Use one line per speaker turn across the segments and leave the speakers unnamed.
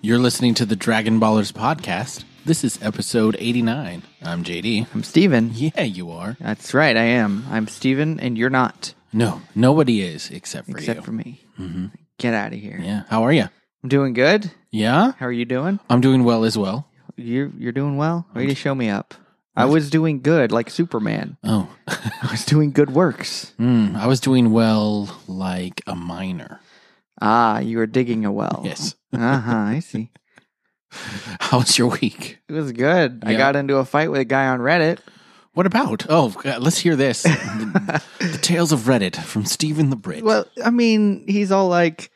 You're listening to the Dragon Ballers podcast. This is episode 89. I'm JD.
I'm Steven.
Yeah, you are.
That's right, I am. I'm Steven, and you're not,
No, nobody is except for
except
you. Mm-hmm.
for me. Get out of here.
yeah. How are you?
I'm doing good.
Yeah,
How are you doing?
I'm doing well as well.
You're, you're doing well? Way to show me up. I was doing good, like Superman.
Oh,
I was doing good works.
Hmm, I was doing well like a miner.
Ah, you were digging a well.
Yes.
uh huh, I see.
How's your week?
It was good. I
Yeah.
got into a fight with a guy on Reddit.
What about? Oh, God, let's hear this. the, the tales of Reddit from Stephen the Brit.
Well, I mean, he's all like,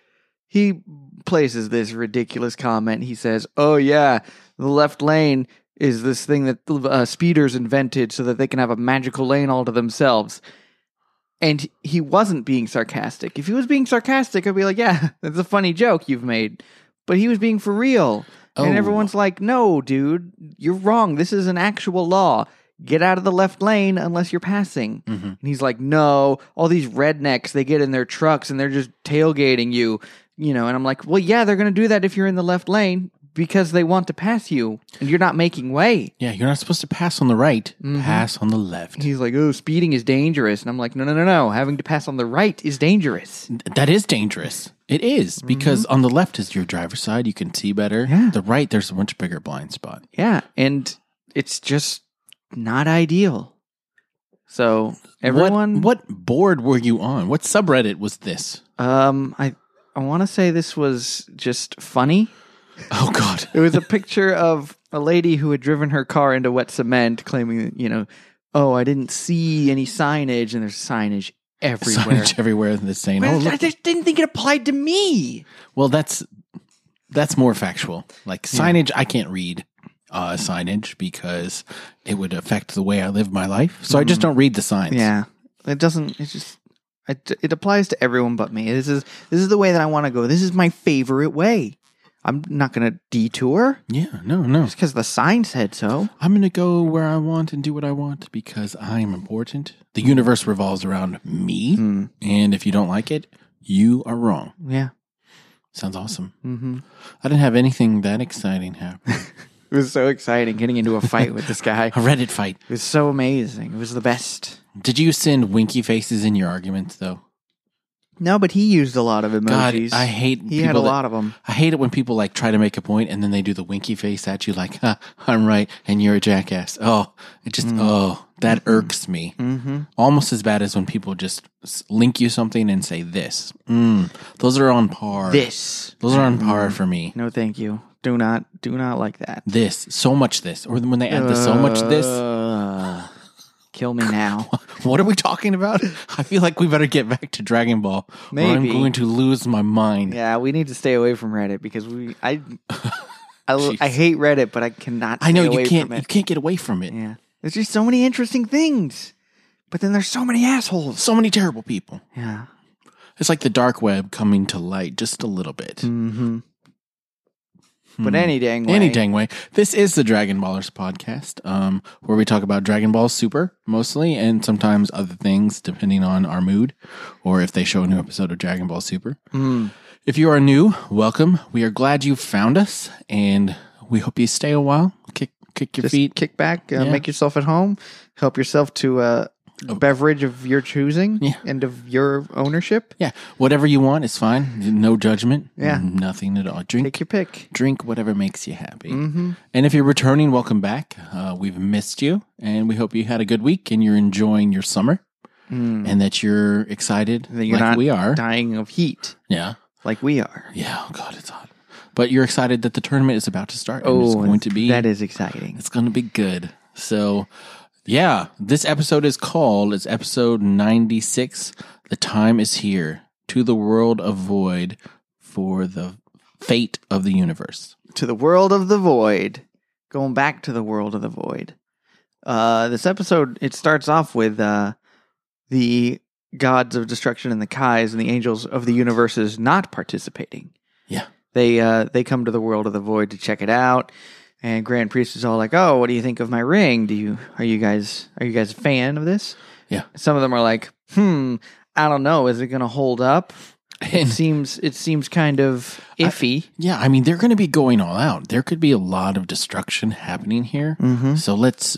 he places this ridiculous comment. He says, "Oh yeah, the left lane is this thing that uh, speeders invented so that they can have a magical lane all to themselves." And he wasn't being sarcastic. If he was being sarcastic, I'd be like, "Yeah, that's a funny joke you've made." But he was being for real,
Oh.
and everyone's like, "No, dude, you're wrong. This is an actual law." Get out of the left lane unless you're passing.
Mhm.
And he's like, no, all these rednecks, they get in their trucks and they're just tailgating you, you know. And I'm like, well, yeah, they're going to do that if you're in the left lane because they want to pass you and you're not making way.
Yeah, you're not supposed to pass on the right,
Mm-hmm.
pass on the left.
And he's like, oh, speeding is dangerous. And I'm like, no, no, no, no. Having to pass on the right is dangerous.
That is dangerous. It is because on the left is your driver's side, you can see better.
Mm-hmm. Yeah.
The right, there's a much bigger blind spot.
Yeah. And it's just not ideal. So everyone,
What, what board were you on? What subreddit was this?
um, I, I want to say this was just funny.
Oh God.
It was a picture of a lady who had driven her car into wet cement, claiming, you know, oh, I didn't see any signage, and there's signage everywhere.
Signage everywhere that's saying,
But
"Oh,
I
look."
just didn't think it applied to me.
Well, that's that's more factual. Like signage, I can't read uh, signage because it would affect the way I live my life. So I just don't read the signs.
Mm. Yeah, it doesn't. It's just. It, it applies to everyone but me. This is this is the way that I want to go. This is my favorite way. I'm not going to detour
Yeah. No. No.
because the sign said so.
I'm gonna go where I want and do what I want because I am important. The universe revolves around me,
Hmm.
and if you don't like it, you are wrong.
Yeah.
Sounds awesome.
hmm
I didn't have anything that exciting happen.
It was so exciting getting into a fight with this guy.
A Reddit fight.
It was so amazing. It was the best.
Did you send winky faces in your arguments though?
No, but he used a lot of emojis.
God, I hate
he had a
people that-
lot of them.
I hate it when people like try to make a point and then they do the winky face at you, like "Ha, "I'm right and you're a jackass." Oh, it just oh that irks me
Mm. Mm-hmm.
almost as bad as when people just s- link you something and say this. Mm, those are on par.
This. Mm-hmm.
Those are on par for me.
No, thank you. Do not, do not like that.
This so much this, or when they add the so much this.
Uh, kill me now.
What are we talking about? I feel like we better get back to Dragon Ball. Or I'm
Maybe.
going to lose my mind.
yeah, we need to stay away from Reddit because we, I, I,
Jeez.
I hate Reddit, but I cannot.
I know
stay away
you can't.
From
You
it.
can't get away from it.
Yeah, there's just so many interesting things, but then there's so many assholes.
So many terrible people.
Yeah.
It's like the dark web coming to light just a little bit.
Mm-hmm. But any dang way.
Hmm. Any dang way. This is the Dragon Ballers podcast, um, where we talk about Dragon Ball Super mostly, and sometimes other things depending on our mood or if they show a new episode of Dragon Ball Super.
Mm.
If you are new, welcome. We are glad you found us, and we hope you stay a while. Kick, kick your
Just
feet.
kick back, uh,
Yeah. Oh.
make yourself at home, help yourself to uh, a beverage of your choosing
Yeah.
and of your ownership.
Yeah, whatever you want is fine. No judgment.
Yeah.
nothing at all. Drink
Take Mm-hmm. your pick.
drink whatever makes you happy. And if you're returning, welcome back. Uh, we've missed you, and we hope you had a good week and you're enjoying your summer, and that you're excited
Mm. That you're
like
not
we are.
dying of heat
yeah,
like we are.
yeah. Oh God, it's hot, but you're excited that the tournament is about to start. and it's going to be
Oh, that is exciting.
it's going to be good. So, yeah, this episode is called, it's episode 96. The time is here to the world of void for the fate of the universe.
To the world of the void, going back to the world of the void. Uh, this episode it starts off with uh, the gods of destruction and the Kais and the angels of the universes not participating.
Yeah.
they uh they come to the world of the void to check it out and grand priest is all like oh what do you think of my ring do you are you guys are you guys a fan of this
Yeah.
some of them are like hmm i don't know is it gonna hold up It
And-
seems it seems kind of iffy.
Yeah, I mean they're going to be going all out. There could be a lot of destruction happening here.
Mm-hmm.
So let's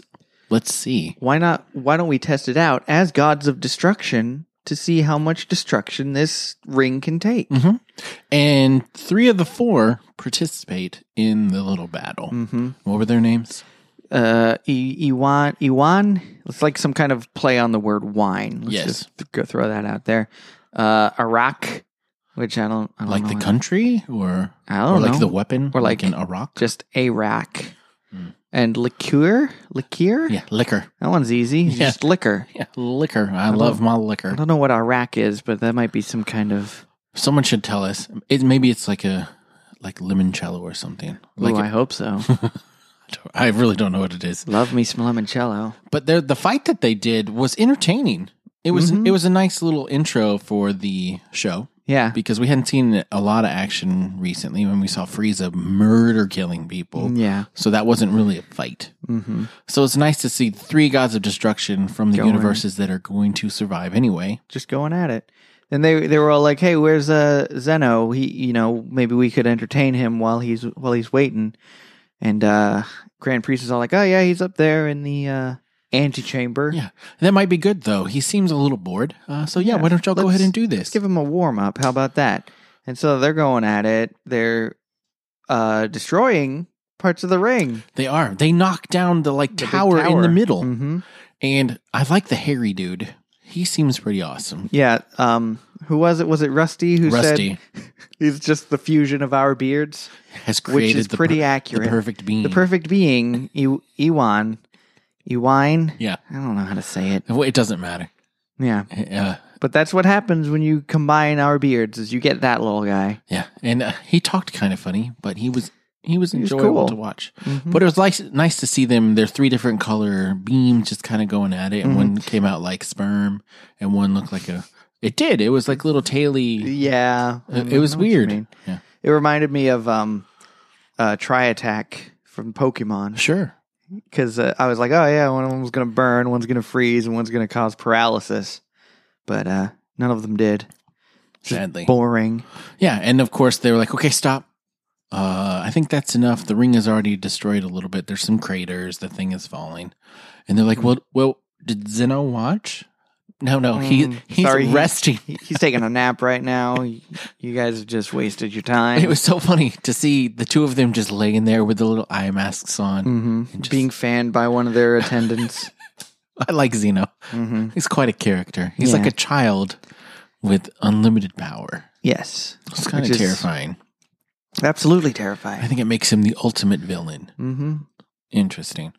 let's see.
why not? Why don't we test it out as gods of destruction to see how much destruction this ring can take?
And three of the four participate in the little battle.
Mm.
What were their names?
uh, I- Iwan, Iwan. It's like some kind of play on the word wine. Let's
Yes.
just th- go throw that out there. Uh, Iraq, which I don't, I don't
Like
know
the
what-
country, or
I don't
or like
know.
the weapon,
Or like-
in Iraq?
just Iraq and liqueur, liqueur.
Mm. yeah, liquor.
That one's easy. It's
Yeah.
Just liquor.
Yeah, liquor. I, love my liquor.
I don't know what Iraq is, but that might be some kind of.
Someone should tell us. It maybe it's like a like limoncello or something. Like
Ooh, I
I,
hope so.
I really don't know what it is.
Love me some limoncello.
But there, the fight that they did was entertaining. It was
Mm-hmm.
it was a nice little intro for the show
Yeah.
because we hadn't seen a lot of action recently when we saw Frieza murder killing people.
Yeah.
So that wasn't really a fight.
hmm
So it's nice to see three gods of destruction from the
Going.
universes that are going to survive anyway.
just going at it. And they they were all like, "Hey, where's uh Zeno? He, you know, maybe we could entertain him while he's while he's waiting." And uh Grand Priest is all like, "Oh yeah, he's up there in the uh antechamber.
Yeah, that might be good though. He seems a little bored. Uh, so yeah,
Yeah.
why don't y'all go
Let's-
ahead and do this?
Let's give him a warm up. How about that?" And so they're going at it. They're uh destroying parts of the ring.
They are. They knock down the like
The big
tower, in
tower.
the middle.
Mm-hmm.
And I like the hairy dude. He seems pretty awesome.
Yeah. Um. Who was it? Was it Rusty who
Rusty
said he's just the fusion of our beards,
has
which
created
is
the
pretty
per-
accurate.
the perfect being.
The perfect being, Ew- Ewan. Ewine?
yeah.
I don't know how to say it.
Well, it doesn't matter.
Yeah.
Uh,
But that's what happens when you combine our beards is you get that little guy.
yeah. And uh, he talked kind of funny, but he was he was
was
enjoyable
cool. Mm.
to watch. But it was nice nice to see them. Their three different color beams just kind of going at it. And one
Mm-hmm.
came out like sperm, and one looked like a. It did. It was like little taily.
Yeah. I
It, it was
know what you mean.
weird. Yeah.
It reminded me of um uh Tri Attack from Pokemon.
Sure.
Because uh, I was like, oh yeah, one of them's gonna burn, one's gonna freeze, and one's gonna cause paralysis. But uh none of them did.
Sadly.
Boring.
Yeah, and of course they were like, "Okay, stop. Uh, I think that's enough. The ring is already destroyed a little bit. There's some craters. The thing is falling." And they're like, "Well, well, did Zeno watch? No, no, he
Mm,
he's
sorry, he-
resting."
He- He's taking a nap right now. You you guys have just wasted your time.
It was so funny to see the two of them just laying there with the little eye masks on.
hmm
And just-
being fanned by one of their attendants.
I like Zeno.
hmm
He's quite a character. He's
Yeah.
like a child with unlimited power.
Yes,
It's kind
Which
of
is-
terrifying.
absolutely
I
terrifying.
think it makes him the ultimate villain.
hmm
Interesting.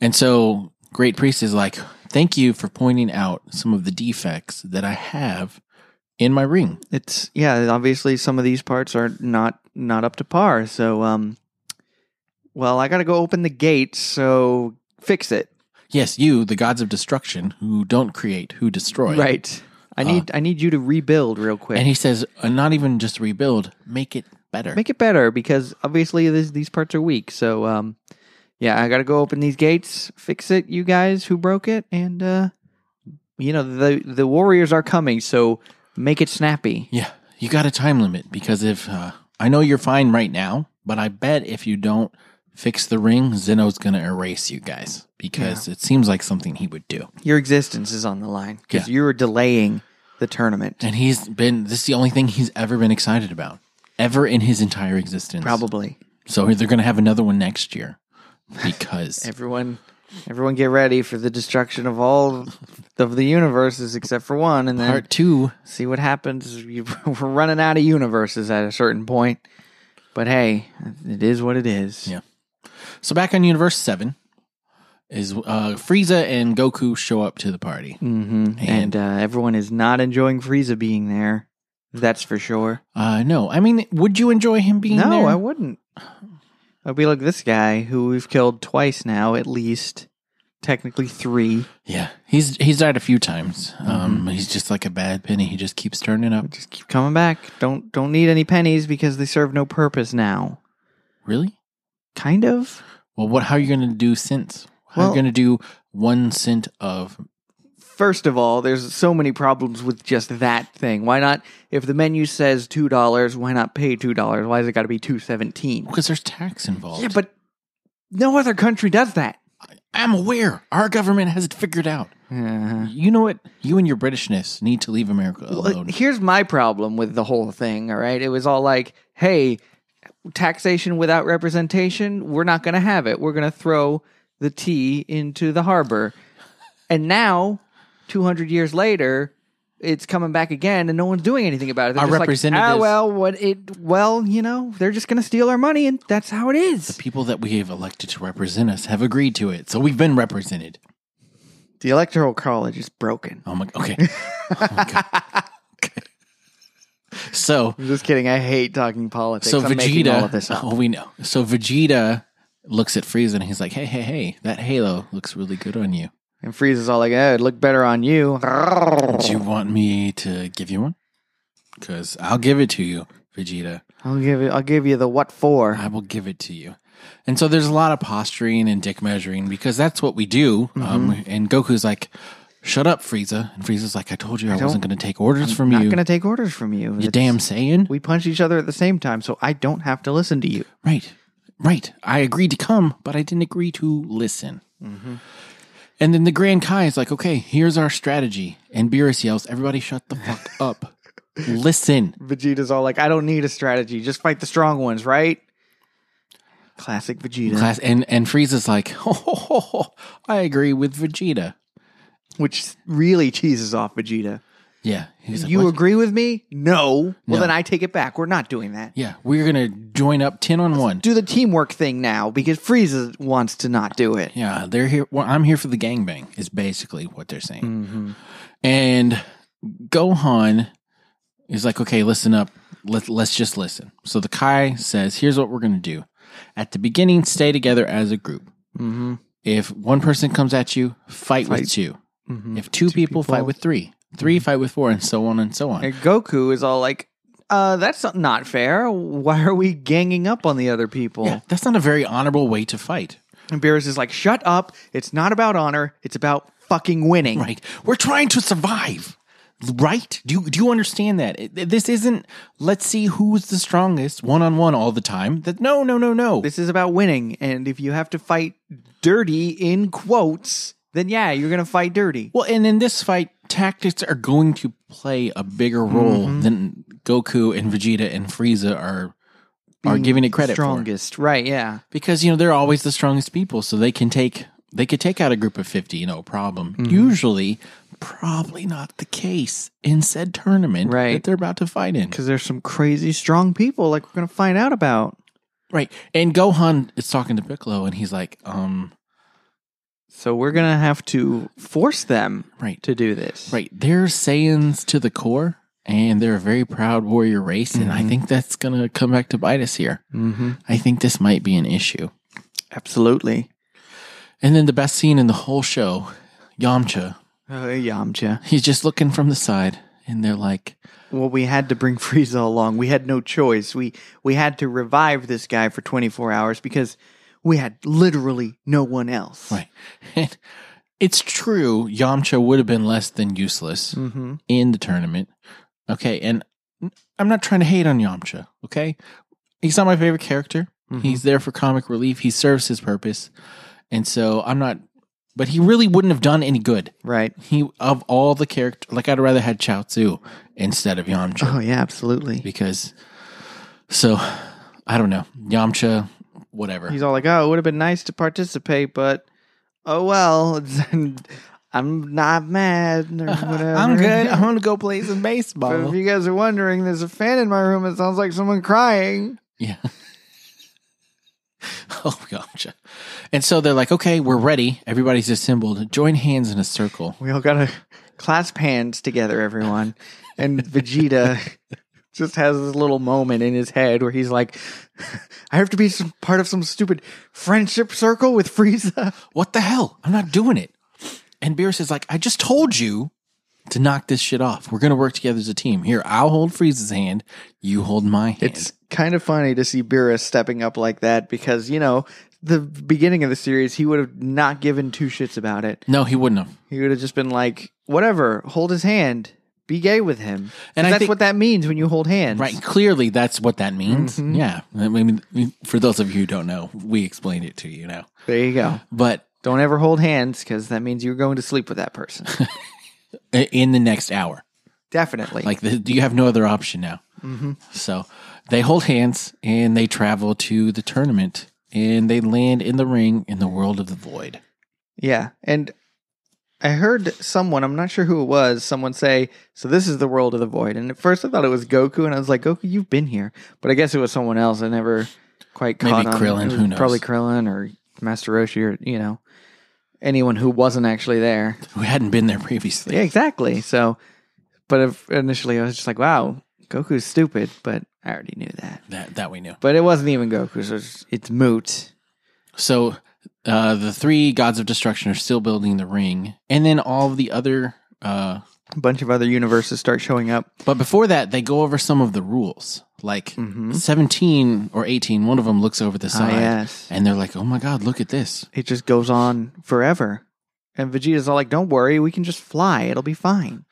And so, Great Priest is like, Thank you for pointing out some of the defects that I have in my ring.
It's yeah. Obviously, some of these parts are not not up to par. So, um, well, I got to go open the gate. So fix it.
Yes, you, the gods of destruction, who don't create, who destroy.
Right. I need I need you to rebuild real quick.
And he says, "Uh, Not even just rebuild, make it better.
Make it better because obviously this, these parts are weak. So, um, yeah, I got to go open these gates, fix it, you guys who broke it, and uh, you know the the warriors are coming. So make it snappy.
yeah, you got a time limit because if uh, I know you're fine right now, but I bet if you don't fix the ring, Zeno's going to erase you guys because it seems like something he would do.
Your existence is on the line because you were delaying the tournament.
And he's been, this is the only thing he's ever been excited about, ever in his entire existence.
Probably
So they're going to have another one next year because
everyone, everyone, get ready for the destruction of all of the universes except for one, and then
part two,
see what happens. You- We're running out of universes at a certain point. But hey, it is what it is.
Yeah. so back on Universe 7, is uh, Frieza and Goku show up to the party.
hmm And,
And-
uh, everyone is not enjoying Frieza being there. That's for sure.
Uh, no, I mean, would you enjoy him being
no,
there?
I wouldn't. I'd be like this guy who we've killed twice now, at least. Technically three.
yeah, he's he's died a few times.
Mm-hmm.
Um, He's just like a bad penny. He just keeps turning up.
Just keep coming back. Don't don't need any pennies because they serve no purpose now.
Really?
Kind of.
Well, what? How are you going to do since? How are
Well-
you going to do one cent of
First of all, there's so many problems with just that thing. Why not? If the menu says two dollars, why not pay two dollars? Why does it got to be two seventeen?
Because there's tax involved.
Yeah, but no other country does that.
I'm aware. Our government has it figured out. You know what? You and your Britishness need to leave America
Well,
alone.
here's my problem with the whole thing. All right, it was all like, "Hey, taxation without representation, we're not going to have it. We're going to throw the tea into the harbor." And now, two hundred years later, it's coming back again, and no one's doing anything about it. They're
Our
just like,
representatives-
"Ah, well, what it? Well, you know, they're just going to steal our money, and that's how it is."
People that we have elected to represent us have agreed to it, so we've been represented.
The electoral college is broken.
Oh my. Okay. Oh my God. Okay. So
I'm just kidding. I hate talking politics.
so
I'm making
Vegeta.
all of this up.
Oh, we know. So Vegeta looks at Frieza and he's like, "Hey, hey, hey! That halo looks really good on you.
and Frieza's all like, "Oh, it looked better on you."
Do you want me to give you one? Because I'll give it to you, Vegeta."
I'll give you. I'll give you the what for.
I will give it to you. And so there's a lot of posturing and dick measuring because that's what we do.
Mm-hmm.
Um, and Goku's like, shut up, Frieza. And Frieza's like, I told you I, wasn't going to take orders from
not
you.
going to take orders from you.
you
It's-
damn saying?
We punch each other at the same time, so I don't have to listen to you.
Right. Right. I agreed to come, but I didn't agree to listen.
Mm-hmm.
And then the Grand Kai is like, okay, here's our strategy. And Beerus yells, everybody shut the fuck up. listen.
Vegeta's all like, "I don't need a strategy. Just fight the strong ones, right?" Classic Vegeta,
Class. And, and Frieza's like, I agree with Vegeta.
which really cheeses off Vegeta.
Yeah. He's like,
you
"What?"
agree with me? No.
No.
Well, then I take it back. We're not doing that.
Yeah, we're gonna join up ten on one.
Do the teamwork thing now because Frieza wants to not do it.
Yeah, they're here. Well, I'm here for the gangbang. Is basically what they're saying.
Mm-hmm.
And Gohan is like, okay, listen up. Let let's just listen. So the Kai says, here's what we're gonna do. At the beginning, stay together as a group.
Mm-hmm.
If one person comes at you, fight,
Fight.
with 2
Mhm.
If two, people, fight
people. Mm-hmm.
with three, three fight with four, and so on and so on.
And Goku is all like, uh, "That's not fair. Why are we ganging up on the other people?"
Yeah, that's not a very honorable way to fight.
And Beerus is like, shut up. It's not about honor. It's about fucking winning.
Right. We're trying to survive. Right? Do you, do you understand that? It- This isn't let's see who's the strongest one on one all the time. That no, no, no, no.
This is about winning. And if you have to fight dirty in quotes, then yeah, you're going to fight dirty.
well, and in this fight, tactics are going to play a bigger role
Mm-hmm.
than Goku and Vegeta and Frieza are are giving it credit for.
Strongest. Right. Yeah.
Because you know, they're always the strongest people, so they can take they could take out a group of 50, you know, problem.
Mm-hmm.
Usually probably not the case in said tournament
Right.
that they're about to fight in.
Because there's some crazy strong people like we're going to find out about.
Right. And Gohan is talking to Piccolo and he's like, um,
So we're going to have to force them
right.
to do this.
Right. They're Saiyans to the core and they're a very proud warrior race. And I think that's going to come back to bite us here.
Mm-hmm.
I think this might be an issue.
Absolutely.
And then the best scene in the whole show, Yamcha,
Oh, Yamcha.
he's just looking from the side and they're like,
Well, we had to bring Frieza along. We had no choice. We we had to revive this guy for 24 hours because we had literally no one else.
right. And it's true. Yamcha would have been less than useless.
Mm-hmm.
in the tournament. Okay, and I'm not trying to hate on Yamcha, okay? He's not my favorite character.
Mhm.
He's there for comic relief. He serves his purpose. And so I'm not but he really wouldn't have done any good.
Right.
He of all the character like I'd rather had Chao Tzu instead of Yamcha
Oh yeah, absolutely.
because so I don't know. Yamcha whatever.
He's all like, "Oh, it would have been nice to participate, but oh well. I'm not mad or whatever.
I'm good. I want to go play some
But if
baseball.
you guys are wondering, there's a fan in my room. It sounds like someone crying.
Yeah. oh, gotcha. And so they're like, okay, we're ready. Everybody's assembled. Join hands in a circle.
We all gotta clasp hands together, everyone. And Vegeta just has this little moment in his head where he's like, I have to be some part of some stupid friendship circle with Frieza.
What the hell? I'm not doing it. And Beerus is like, I just told you to knock this shit off. We're going to work together as a team. Here, I'll hold Frieza's hand. You hold my hand.
It's kind of funny to see Beerus stepping up like that because, you know, the beginning of the series, he would have not given two shits about it.
No, he wouldn't have.
He would have just been like, whatever, hold his hand, be gay with him.
And
And
I
that's
think-
what that means when you hold hands.
Right. Clearly, that's what that means. Yeah. I mean, for those of you who don't know, we explained it to you now.
There you go.
But
Don't ever hold hands because that means you're going to sleep with that person.
i- uh, in the next hour,
Definitely.
like, the, you have no other option now. So they hold hands and they travel to the tournament and they land in the ring in the world of the void.
Yeah. And I heard someone, I'm not sure who it was, someone say, So this is the world of the void. And at first I thought it was Goku, and I was like, Goku, you've been here. But I guess it was someone else. I never quite
Maybe
caught on.
Krillin,
It was
who knows?
Probably Krillin or Master Roshi or, you know, anyone who wasn't actually there.
We hadn't been there previously.
Yeah, exactly. So, but if, initially I was just like, Wow, Goku's stupid. But I already knew that.
That, that we knew.
But it wasn't even Goku, so it's, it's moot.
So uh, the three gods of destruction are still building the ring. And then all of the other. Uh,
A bunch of other universes start showing up.
But before that, they go over some of the rules. Like 17 or 18, one of them looks over the
Ah,
side
yes.
and they're like, oh my God, look at this.
it just goes on forever. And Vegeta's all like, "Don't worry, we can just fly. It'll be fine."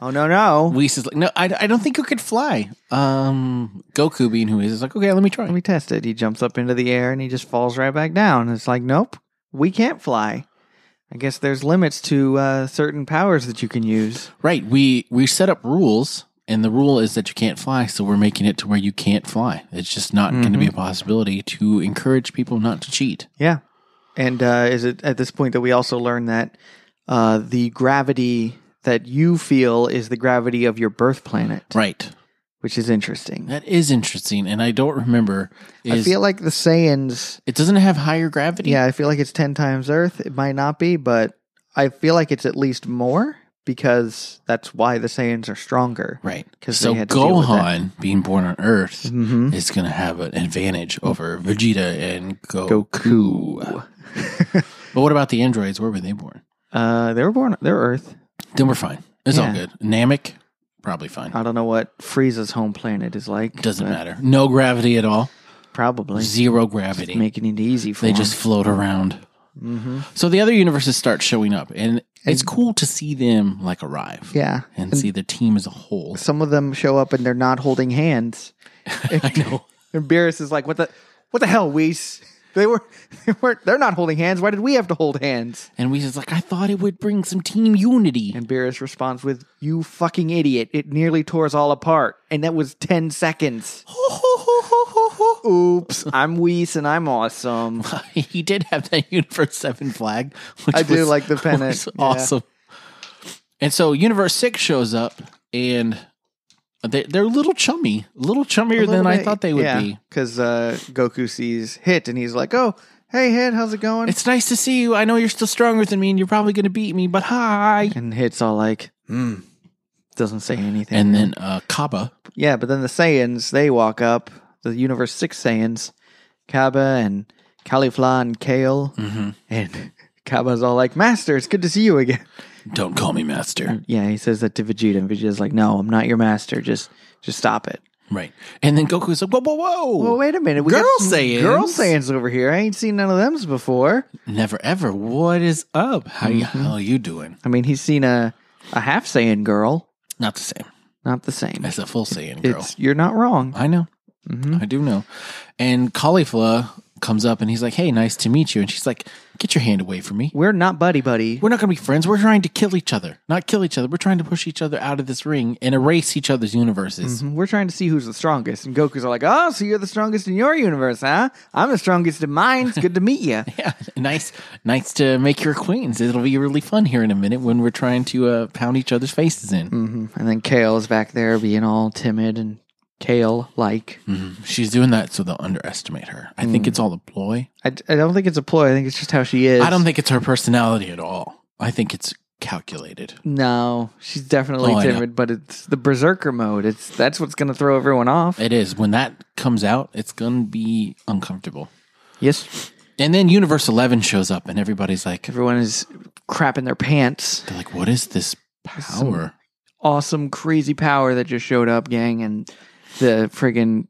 oh no, no!
Whis is like, no, I, I don't think you could fly. Um, Goku, being who he is, is like, okay, let me try.
Let me test it. He jumps up into the air and he just falls right back down. It's like, nope, we can't fly. I guess there's limits to uh, certain powers that you can use.
Right. We, we set up rules and the rule is that you can't fly. So we're making it to where you can't fly. It's just not going to
Mm-hmm.
be a possibility to encourage people not to cheat.
Yeah. And uh, is it at this point that we also learn that uh, the gravity that you feel is the gravity of your birth planet,
Right.
which is interesting.
That is interesting. And I don't remember. Is,
I feel like the Saiyans
it doesn't have higher gravity.
Yeah, I feel like it's 10 times Earth. It might not be, but I feel like it's at least more because that's why the Saiyans are stronger.
Right.
'Cause
so
they had to deal with that.
Gohan being born on Earth
Mm-hmm.
is going to have an advantage over Vegeta and Goku.
Goku.
But what about the androids? Where were they born?
Uh, they were born, they're Earth.
Then we're fine. It's all
Yeah.
good. Namek, probably fine.
I don't know what Frieza's home planet is like.
Doesn't
but
matter. No gravity at all.
Probably.
Zero gravity.
Making it easy for
They
them.
just float around.
Mm-hmm.
So the other universes start showing up, and it's cool to see them like arrive
Yeah.
and see the team as a whole.
Some of them show up and they're not holding hands.
I know.
And Beerus is like, what the, what the hell, Whis? They were, they weren't, they're not holding hands. Why did we have to hold hands?
And we just like, I thought it would bring some team unity.
And Beerus responds with, You fucking idiot. It nearly tore us all apart. And that was 10 seconds. Oops. I'm Whis and I'm awesome.
he did have that Universe Seven flag. Which
I do like the pennant.
was
Yeah.
Awesome. And so Universe Six shows up, and they, they're a little chummy, a little chummier than I thought they would be.
Because uh, Goku sees Hit and he's like, Oh, hey, Hit, how's it going?
It's nice to see you. I know you're still stronger than me, and you're probably going to beat me. But hi.
and Hit's all like, Hmm. Doesn't say anything.
And then uh, Kaba,
yeah, but then the Saiyans, they walk up, the Universe 6 Saiyans, Kaba and Caulifla and Kale.
Mm-hmm.
And Kaba's all like, Master, it's good to see you again.
don't call me master.
Yeah, he says that to Vegeta, and Vegeta's like, "No, I'm not your master. Just, just stop it."
Right. And then Goku's like, whoa, whoa, whoa.
Well, wait a minute.
Girl
some
Saiyans?
girl Saiyans over here. I ain't seen none of them before.
Never ever. What is up? How, you
Mm-hmm.
how you doing?
I mean, he's seen a a half Saiyan girl,
Not the same.
not the same.
As a full Saiyan girl.
It's you're not wrong.
I know. I do know. And Caulifla comes up and he's like, hey, nice to meet you. And she's like, get your hand away from me.
We're not buddy buddy.
We're not going to be friends. We're trying to kill each other. Not kill each other. We're trying to push each other out of this ring and erase each other's universes.
We're trying to see who's the strongest. And Goku's all like, "Oh, so you're the strongest in your universe, huh? I'm the strongest in mine. It's good to meet you."
Yeah, nice, nice to make your acquaintance. It'll be really fun here in a minute when we're trying to uh, pound each other's faces in.
and then Kale's back there being all timid and Kale like.
Hmm. Mm-hmm. She's doing that so they'll underestimate her. I think it's all a ploy.
I, I don't think it's a ploy. I think it's just how she is.
I don't think it's her personality at all. I think it's calculated.
No, she's definitely
Oh, I know.
timid, but it's the berserker mode. It's that's what's going to throw everyone off.
It is. When that comes out, it's going to be uncomfortable.
Yes,
And then Universe 11 shows up and everybody's like,
everyone is crapping their pants.
they're like, what is this power?
Awesome, crazy power that just showed up, gang, and the friggin'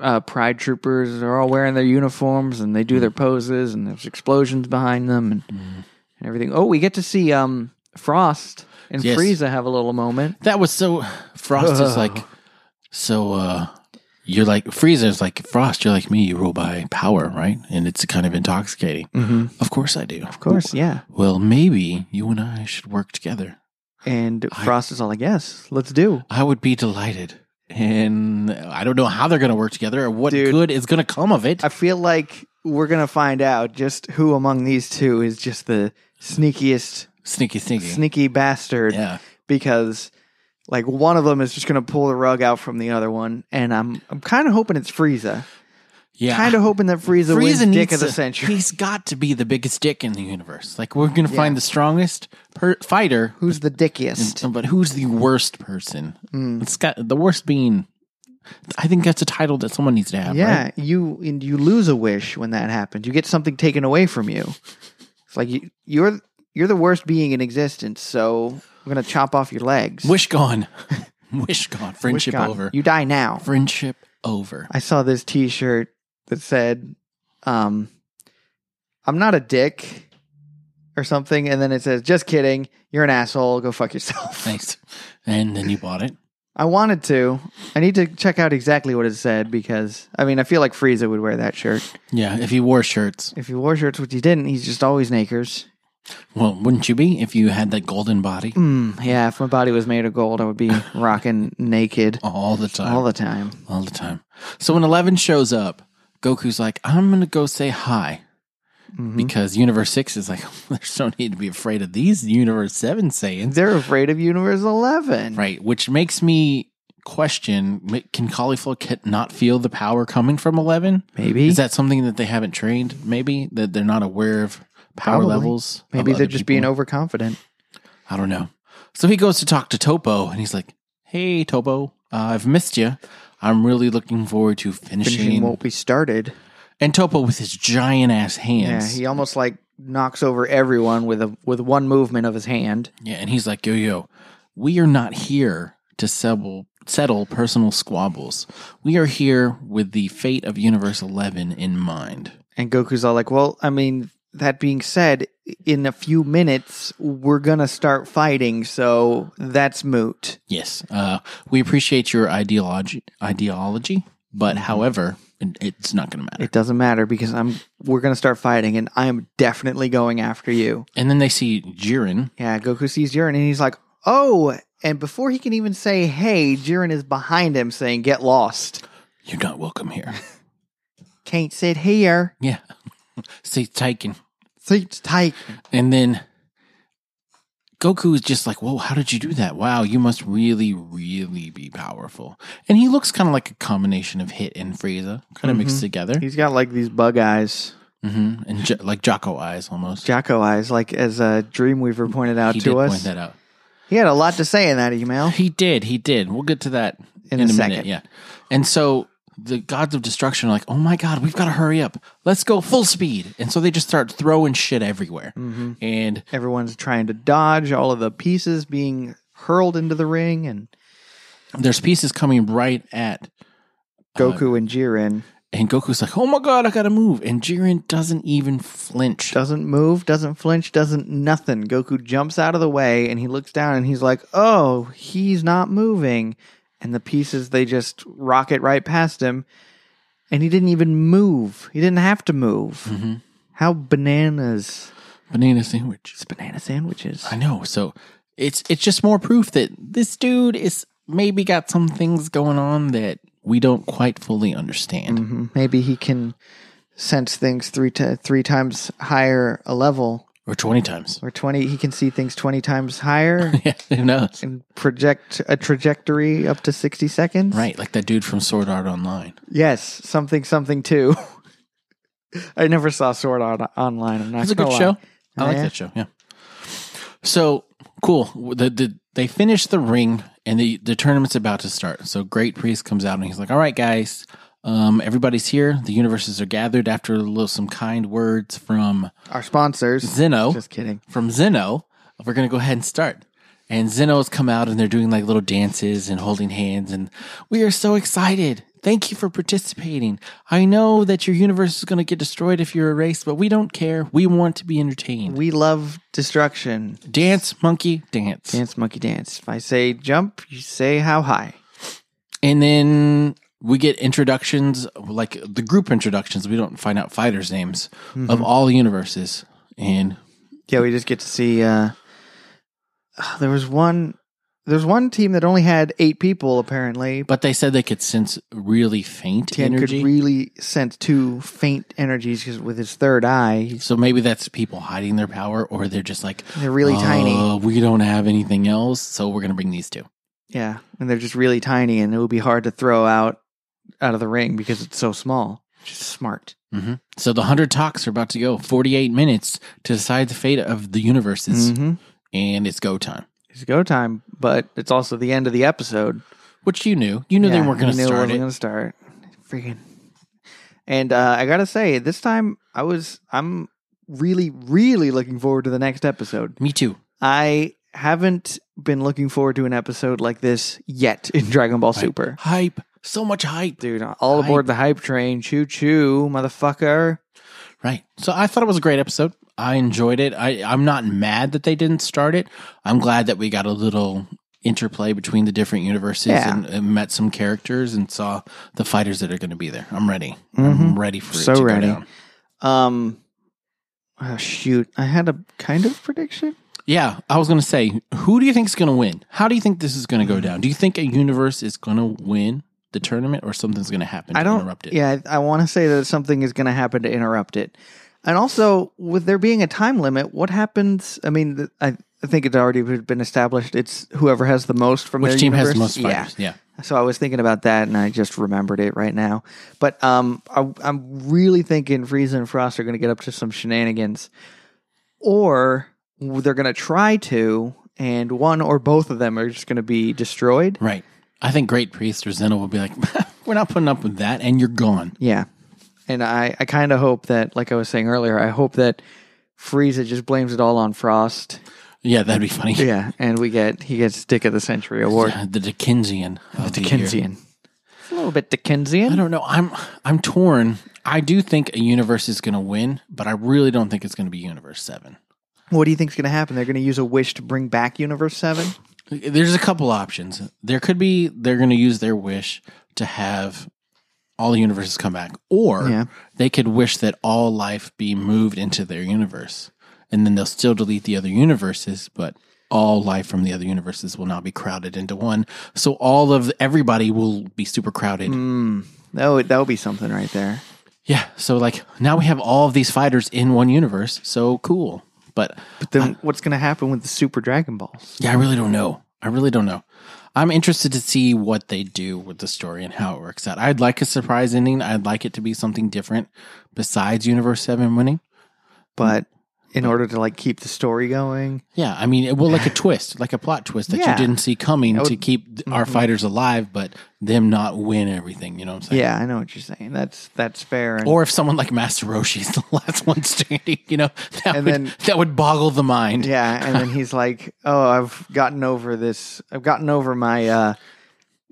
uh, pride troopers are all wearing their uniforms and they do
Mm.
their poses and there's explosions behind them and, and everything. Oh, we get to see um, Frost and
Yes.
Frieza have a little moment.
That was so. Frost is like, so, uh, you're like, Frieza's like, Frost, you're like me, you rule by power, right? And it's kind of intoxicating.
Mm-hmm.
Of course I do.
Of course, yeah.
Well, maybe you and I should work together.
And
I-
Frost is all like, "Yes, let's do."
I would be delighted. And I don't know how they're going to work together or what
Dude.
good is going to come of it.
I feel like we're gonna find out just who among these two is just the sneakiest,
Sneaky, sneaky.
sneaky bastard.
yeah.
because like one of them is just going to pull the rug out from the other one, and I'm I'm kind of hoping it's Frieza.
Yeah.
Kind of hoping that Frieza, wins Dick of the
to-
Century.
He's got to be the biggest dick in the universe. Like we're going to find the strongest per- fighter,
Who's the dickiest? Hmm.
but who's the worst person? It's got the worst being. I think that's a title that someone needs to have.
yeah,
right?
you and you lose a wish when that happens. You get something taken away from you. It's like you, you're you're the worst being in existence, so I'm going to chop off your legs.
Wish gone. Wish gone.
Wish
Friendship
gone.
over.
You die now.
Friendship over.
I saw this T-shirt that said, um, "I'm not a dick," or something, and then it says, "Just kidding, you're an asshole. Go fuck yourself."
Nice. And then you bought it.
I wanted to. I need to check out exactly what it said because I mean, I feel like Frieza would wear that shirt.
Yeah. If you wore shirts,
If he wore shirts, which he didn't, he's just always nakers.
well, wouldn't you be if you had that golden body
Mm, yeah, if my body was made of gold, I would be rocking naked
all the time?
all the time.
all the time. So when Eleven shows up, Goku's like, "I'm gonna go say hi,"
Mm-hmm.
because Universe Six is like, "There's no need to be afraid of these Universe Seven Saiyans,"
They're afraid of Universe Eleven.
right? Which makes me question: ma- Can Cauliflower Kid not feel the power coming from Eleven?
Maybe.
Is that something that they haven't trained? Maybe that they're not aware of power
Probably.
levels. of
Maybe they're
other
just
people?
being overconfident.
I don't know. So he goes to talk to Topo, and he's like, "Hey, Topo, uh, I've missed you." I'm really looking forward to finishing,
Finishing what we started.
And Topo with his giant ass
Yeah,
hands. Yeah,
he almost like knocks over everyone with a with one movement of his hand.
and he's like, yo, yo, we are not here to settle, settle personal squabbles. We are here with the fate of Universe 11 in mind.
And Goku's all like, "Well, I mean, that being said, in a few minutes we're gonna start fighting, so that's moot."
Yes, uh, we appreciate your ideology, ideology but however, it- it's not going to matter.
It doesn't matter because I'm we're gonna start fighting, and I am definitely going after you.
And then they see Jiren.
Yeah, Goku sees Jiren, and he's like, "Oh!" And before he can even say, "Hey," Jiren is behind him saying, "Get lost."
You're not welcome here.
Can't sit here.
yeah, see, taken.
Seats tight.
And then Goku is just like, whoa, how did you do that? Wow, you must really, really be powerful. And he looks kind of like a combination of Hit and Frieza, kind of
Mm-hmm.
mixed together.
He's got like these bug eyes.
hmm And jo- like Jocko eyes almost.
Jacko eyes, like as uh, Dreamweaver pointed out
he
to
did
us.
point that out.
He had a lot to say in that email.
He did, he did. We'll get to that
In
in,
a
a,
second.
minute. Yeah. And so the gods of destruction are like, oh my God, we've got to hurry up. Let's go full speed. And so they just start throwing shit everywhere.
Mm-hmm.
And
Everyone's trying to dodge all of the pieces being hurled into the ring, and
there's pieces coming right at Uh,
Goku and Jiren
And Goku's like, oh my god, I gotta move. And Jiren doesn't even flinch.
doesn't move, doesn't flinch, doesn't nothing. Goku jumps out of the way, and he looks down, and he's like, "Oh, he's not moving." And the pieces they just rocket right past him, and he didn't even move. He didn't have to move.
Mm-hmm.
How bananas!
Banana sandwich.
It's banana sandwiches.
I know. So it's it's just more proof that this dude is maybe got some things going on that we don't quite fully understand.
Maybe he can sense things three ti three times higher a level,
Or twenty times.
or twenty. He can see things twenty times higher
yeah, who knows?
and project a trajectory up to sixty seconds.
Right, like that dude from Sword Art Online.
Yes, something something too. I never saw Sword Art Online. I'm not.
That's a
gonna
good
lie.
show. I
Oh,
like
yeah?
that show. Yeah. So cool. The, the, they finish the ring and the, the tournament's about to start. So Great Priest comes out and he's like, all right, guys, um, everybody's here. The universes are gathered after a little, some kind words from
Our sponsors.
Zeno.
Just kidding.
From Zeno, we're going to go ahead and start. And Zeno's come out and they're doing like little dances and holding hands. And we are so excited Thank you for participating. I know that your universe is going to get destroyed if you're erased, but we don't care. We want to be entertained.
We love destruction.
dance, monkey, dance.
Dance, monkey, dance. If I say jump, you say how high.
And then we get introductions, like the group introductions. We don't find out fighters' names
Mm-hmm.
of all universes. And
Yeah, we just get to see. Uh, uh, there was one. There's one team that only had eight people apparently.
but they said they could sense really faint
Tan could
energy.
really sense two faint energies because with his third eye, he's,
so maybe that's people hiding their power, or they're just like
they're really tiny.
"Uh, We don't have anything else, so we're gonna bring these two.
Yeah, and they're just really tiny, and it would be hard to throw out out of the ring because it's so small. Just smart.
So the hundred talks are about to go. Forty-eight minutes to decide the fate of the universes,
Mhm.
and it's go time.
It's go time, but it's also the end of the episode.
Which you knew, you knew they weren't gonna
I knew it
start
wasn't
it.
gonna start. Freaking. And uh, I gotta say, this time I was I'm really really looking forward to the next episode.
Me too.
I haven't been looking forward to an episode like this yet in Dragon Ball Super.
hype, so much hype.
Dude, all
Hype.
aboard the hype train. Choo choo, motherfucker.
Right. So I thought it was a great episode. I enjoyed it. I, I'm not mad that they didn't start it. I'm glad that we got a little interplay between the different universes
Yeah.
and, and met some characters and saw the fighters that are going to be there. I'm ready. I'm
Mhm.
ready for it
So
to
ready.
go down.
Um oh, shoot. I had a kind of prediction.
Yeah, I was going to say, who do you think is going to win? How do you think this is going to go down? Do you think a universe is going to win the tournament or something's going to happen
I
to
don't
interrupt it?
Yeah, I, I want to say that something is going to happen to interrupt it. And also, with there being a time limit, what happens? I mean, th- I, I think it's already been established. It's whoever has the most from
Which
their
team has the
universe.
most fighters? Yeah.
Yeah. So I was thinking about that, and I just remembered it right now. But um, I, I'm really thinking Frieza and Frost are going to get up to some shenanigans, or they're going to try to, and one or both of them are just going to be destroyed.
Right. I think Great Priest or Zeno will be like, we're not putting up with that and you're gone.
Yeah. And I, I kind of hope that, like I was saying earlier, I hope that Frieza just blames it all on Frost.
Yeah, that'd be funny.
Yeah. And we get, he gets Dick of the Century Award.
Uh, the Dickensian. of The year.
Dickensian. It's a little bit Dickensian.
I don't know. I'm I'm torn. I do think a universe is going to win, but I really don't think it's going to be Universe Seven.
What do you think's going to happen? They're going to use a wish to bring back Universe 7?
There's a couple options. There could be they're going to use their wish to have all the universes come back, or
Yeah.
they could wish that all life be moved into their universe, and then they'll still delete the other universes, but all life from the other universes will now be crowded into one. So all of everybody will be super crowded.
That would, that would be something right there.
Yeah. So like now we have all of these fighters in one universe. So cool. But
But then what's going to happen with the Super Dragon Balls?
yeah, I really don't know. I really don't know. I'm interested to see what they do with the story and how it works out. I'd like a surprise ending. I'd like it to be something different besides Universe 7 winning.
But in order to like keep the story going,
Yeah, I mean, well, like a twist, like a plot twist that
Yeah. Mm-hmm.
you didn't see coming to keep th- our fighters alive, but them not win everything. You know what I'm saying?
yeah, I know what you're saying. That's that's fair. And,
Or if someone like Master Roshi's the last one standing, you know, that,
And
would,
then-
that would boggle the mind.
Yeah, and then he's like, "Oh, I've gotten over this. I've gotten over my uh,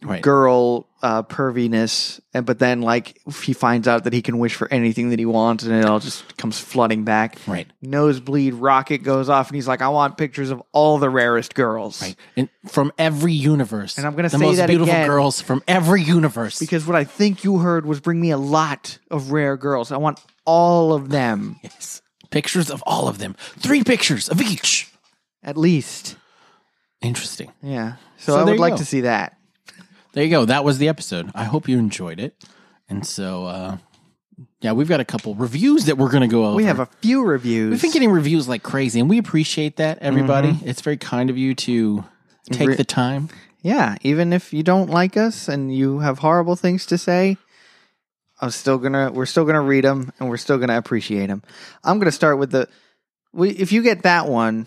Right.
girl uh, perviness." And but then, like, he finds out that he can wish for anything that he wants, and it all just comes flooding back.
Right.
Nosebleed rocket goes off, and he's like, "I want pictures of all the rarest girls."
Right. And from every universe. And
I'm gonna
the
say
most
that
beautiful
again.
girls from every universe.
Because what I think you heard was bring me a lot of rare girls. I want all of them,
Yes. Pictures of all of them. Three pictures of each.
at least.
Interesting.
Yeah. So,
So
I
there
would
you
like
go.
to see that.
There you go. That was the episode. I hope you enjoyed it. And so uh yeah, we've got a couple reviews that we're gonna go over.
We have a few reviews.
We've been getting reviews like crazy, and we appreciate that, everybody. It's very kind of you to take
Mm-hmm. Re-
the time.
Yeah, even if you don't like us and you have horrible things to say, I'm still gonna we're still gonna read them and we're still gonna appreciate them. I'm gonna start with the we, if you get that one,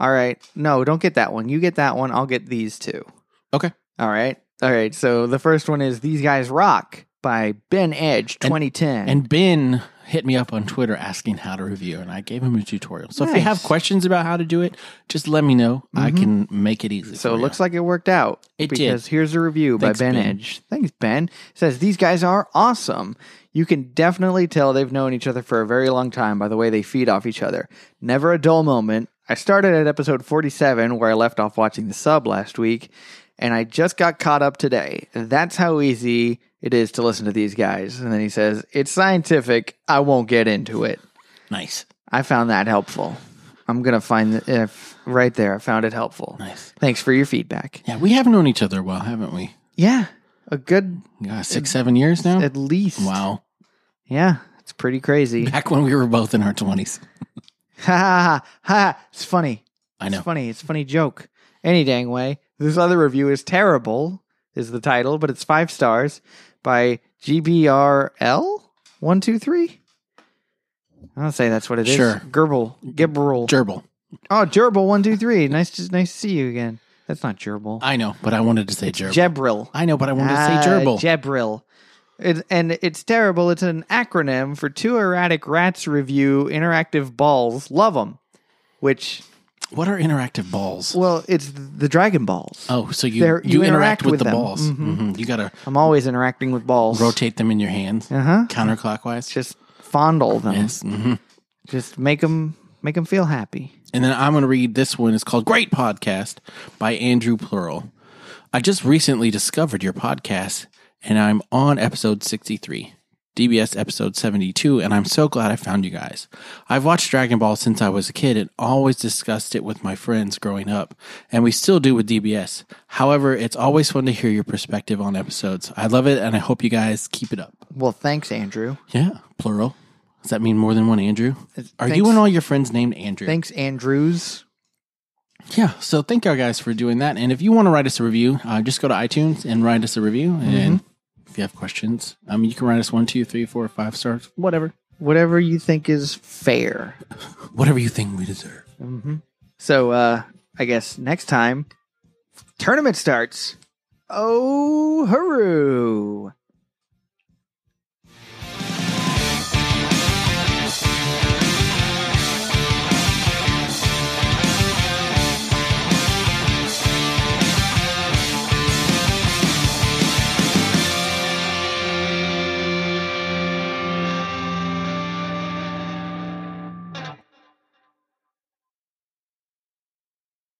all right. No, don't get that one. You get that one. I'll get these two.
Okay.
All right. All right. So the first one is these guys rock by Ben Edge 2010.
And Ben hit me up on Twitter asking how to review, and I gave him a tutorial. So if you
Nice. Mm-hmm.
have questions about how to do it, just let me know. I can make it easy.
So it looks like it worked out.
Oh, It did.
because here's a review
Thanks,
by ben,
Ben.
Edge. Thanks, Ben. It says these guys are awesome. You can definitely tell they've known each other for a very long time by the way they feed off each other. Never a dull moment. I started at episode 47 where I left off watching the sub last week, and I just got caught up today. That's how easy it is to listen to these guys. And then he says, "It's scientific. I won't get into it."
nice,
I found that helpful. I'm gonna find the, if right there. I found it helpful.
nice.
Thanks for your feedback.
Yeah, we have known each other a while, haven't we?
Yeah, a good
Yeah, six, seven years now.
at least.
wow,
Yeah, it's pretty crazy. ha
back when we were both in our twenties.
ha ha ha! It's funny.
I know.
It's funny. It's a funny joke. Any dang way. This other review is terrible. Is the title, but it's five stars by GBRL one two three. I don't say that's what it is.
Sure.
Gerbil. Gibberl.
Gerbil.
oh, gerbil one two three. Nice to nice to see you again. That's not gerbil.
I know, but I wanted to say Uh, gerbil.
Jebril.
I know, but I wanted to
Ah,
say gerbil.
Jebril. It, and it's terrible. It's an acronym for two erratic rats review interactive balls. Love them. Which,
what are interactive balls?
well, it's the Dragon Balls.
oh, so you
They're-
you,
you
interact
interact
with,
with
the
them.
balls.
Mhm.
Mhm. You gotta
I'm always interacting with balls.
rotate them in your hands
Uh huh.
counterclockwise.
Just fondle them.
Yes. hmm
Just make them make them feel happy.
And then I'm going to read this one. It's called Great Podcast by Andrew Plural. I just recently discovered your podcast and I'm on episode 63, DBS episode 72, and I'm so glad I found you guys. I've watched Dragon Ball since I was a kid and always discussed it with my friends growing up, and we still do with DBS. However, it's always fun to hear your perspective on episodes. I love it and I hope you guys keep it up.
Well, thanks, Andrew.
Yeah, plural. Does that mean more than one Andrew?
It's-
Are you
thanks-
and all your friends named Andrew?
Thanks, Andrews.
Yeah, so thank our guys for doing that. And if you want to write us a review, uh, just go to iTunes and write us a review. And if you have questions, um, you can write us one, two, three, four, five stars, whatever,
Whatever you think is fair.
whatever you think we deserve.
So uh I guess next time tournament starts. Oh hooroo.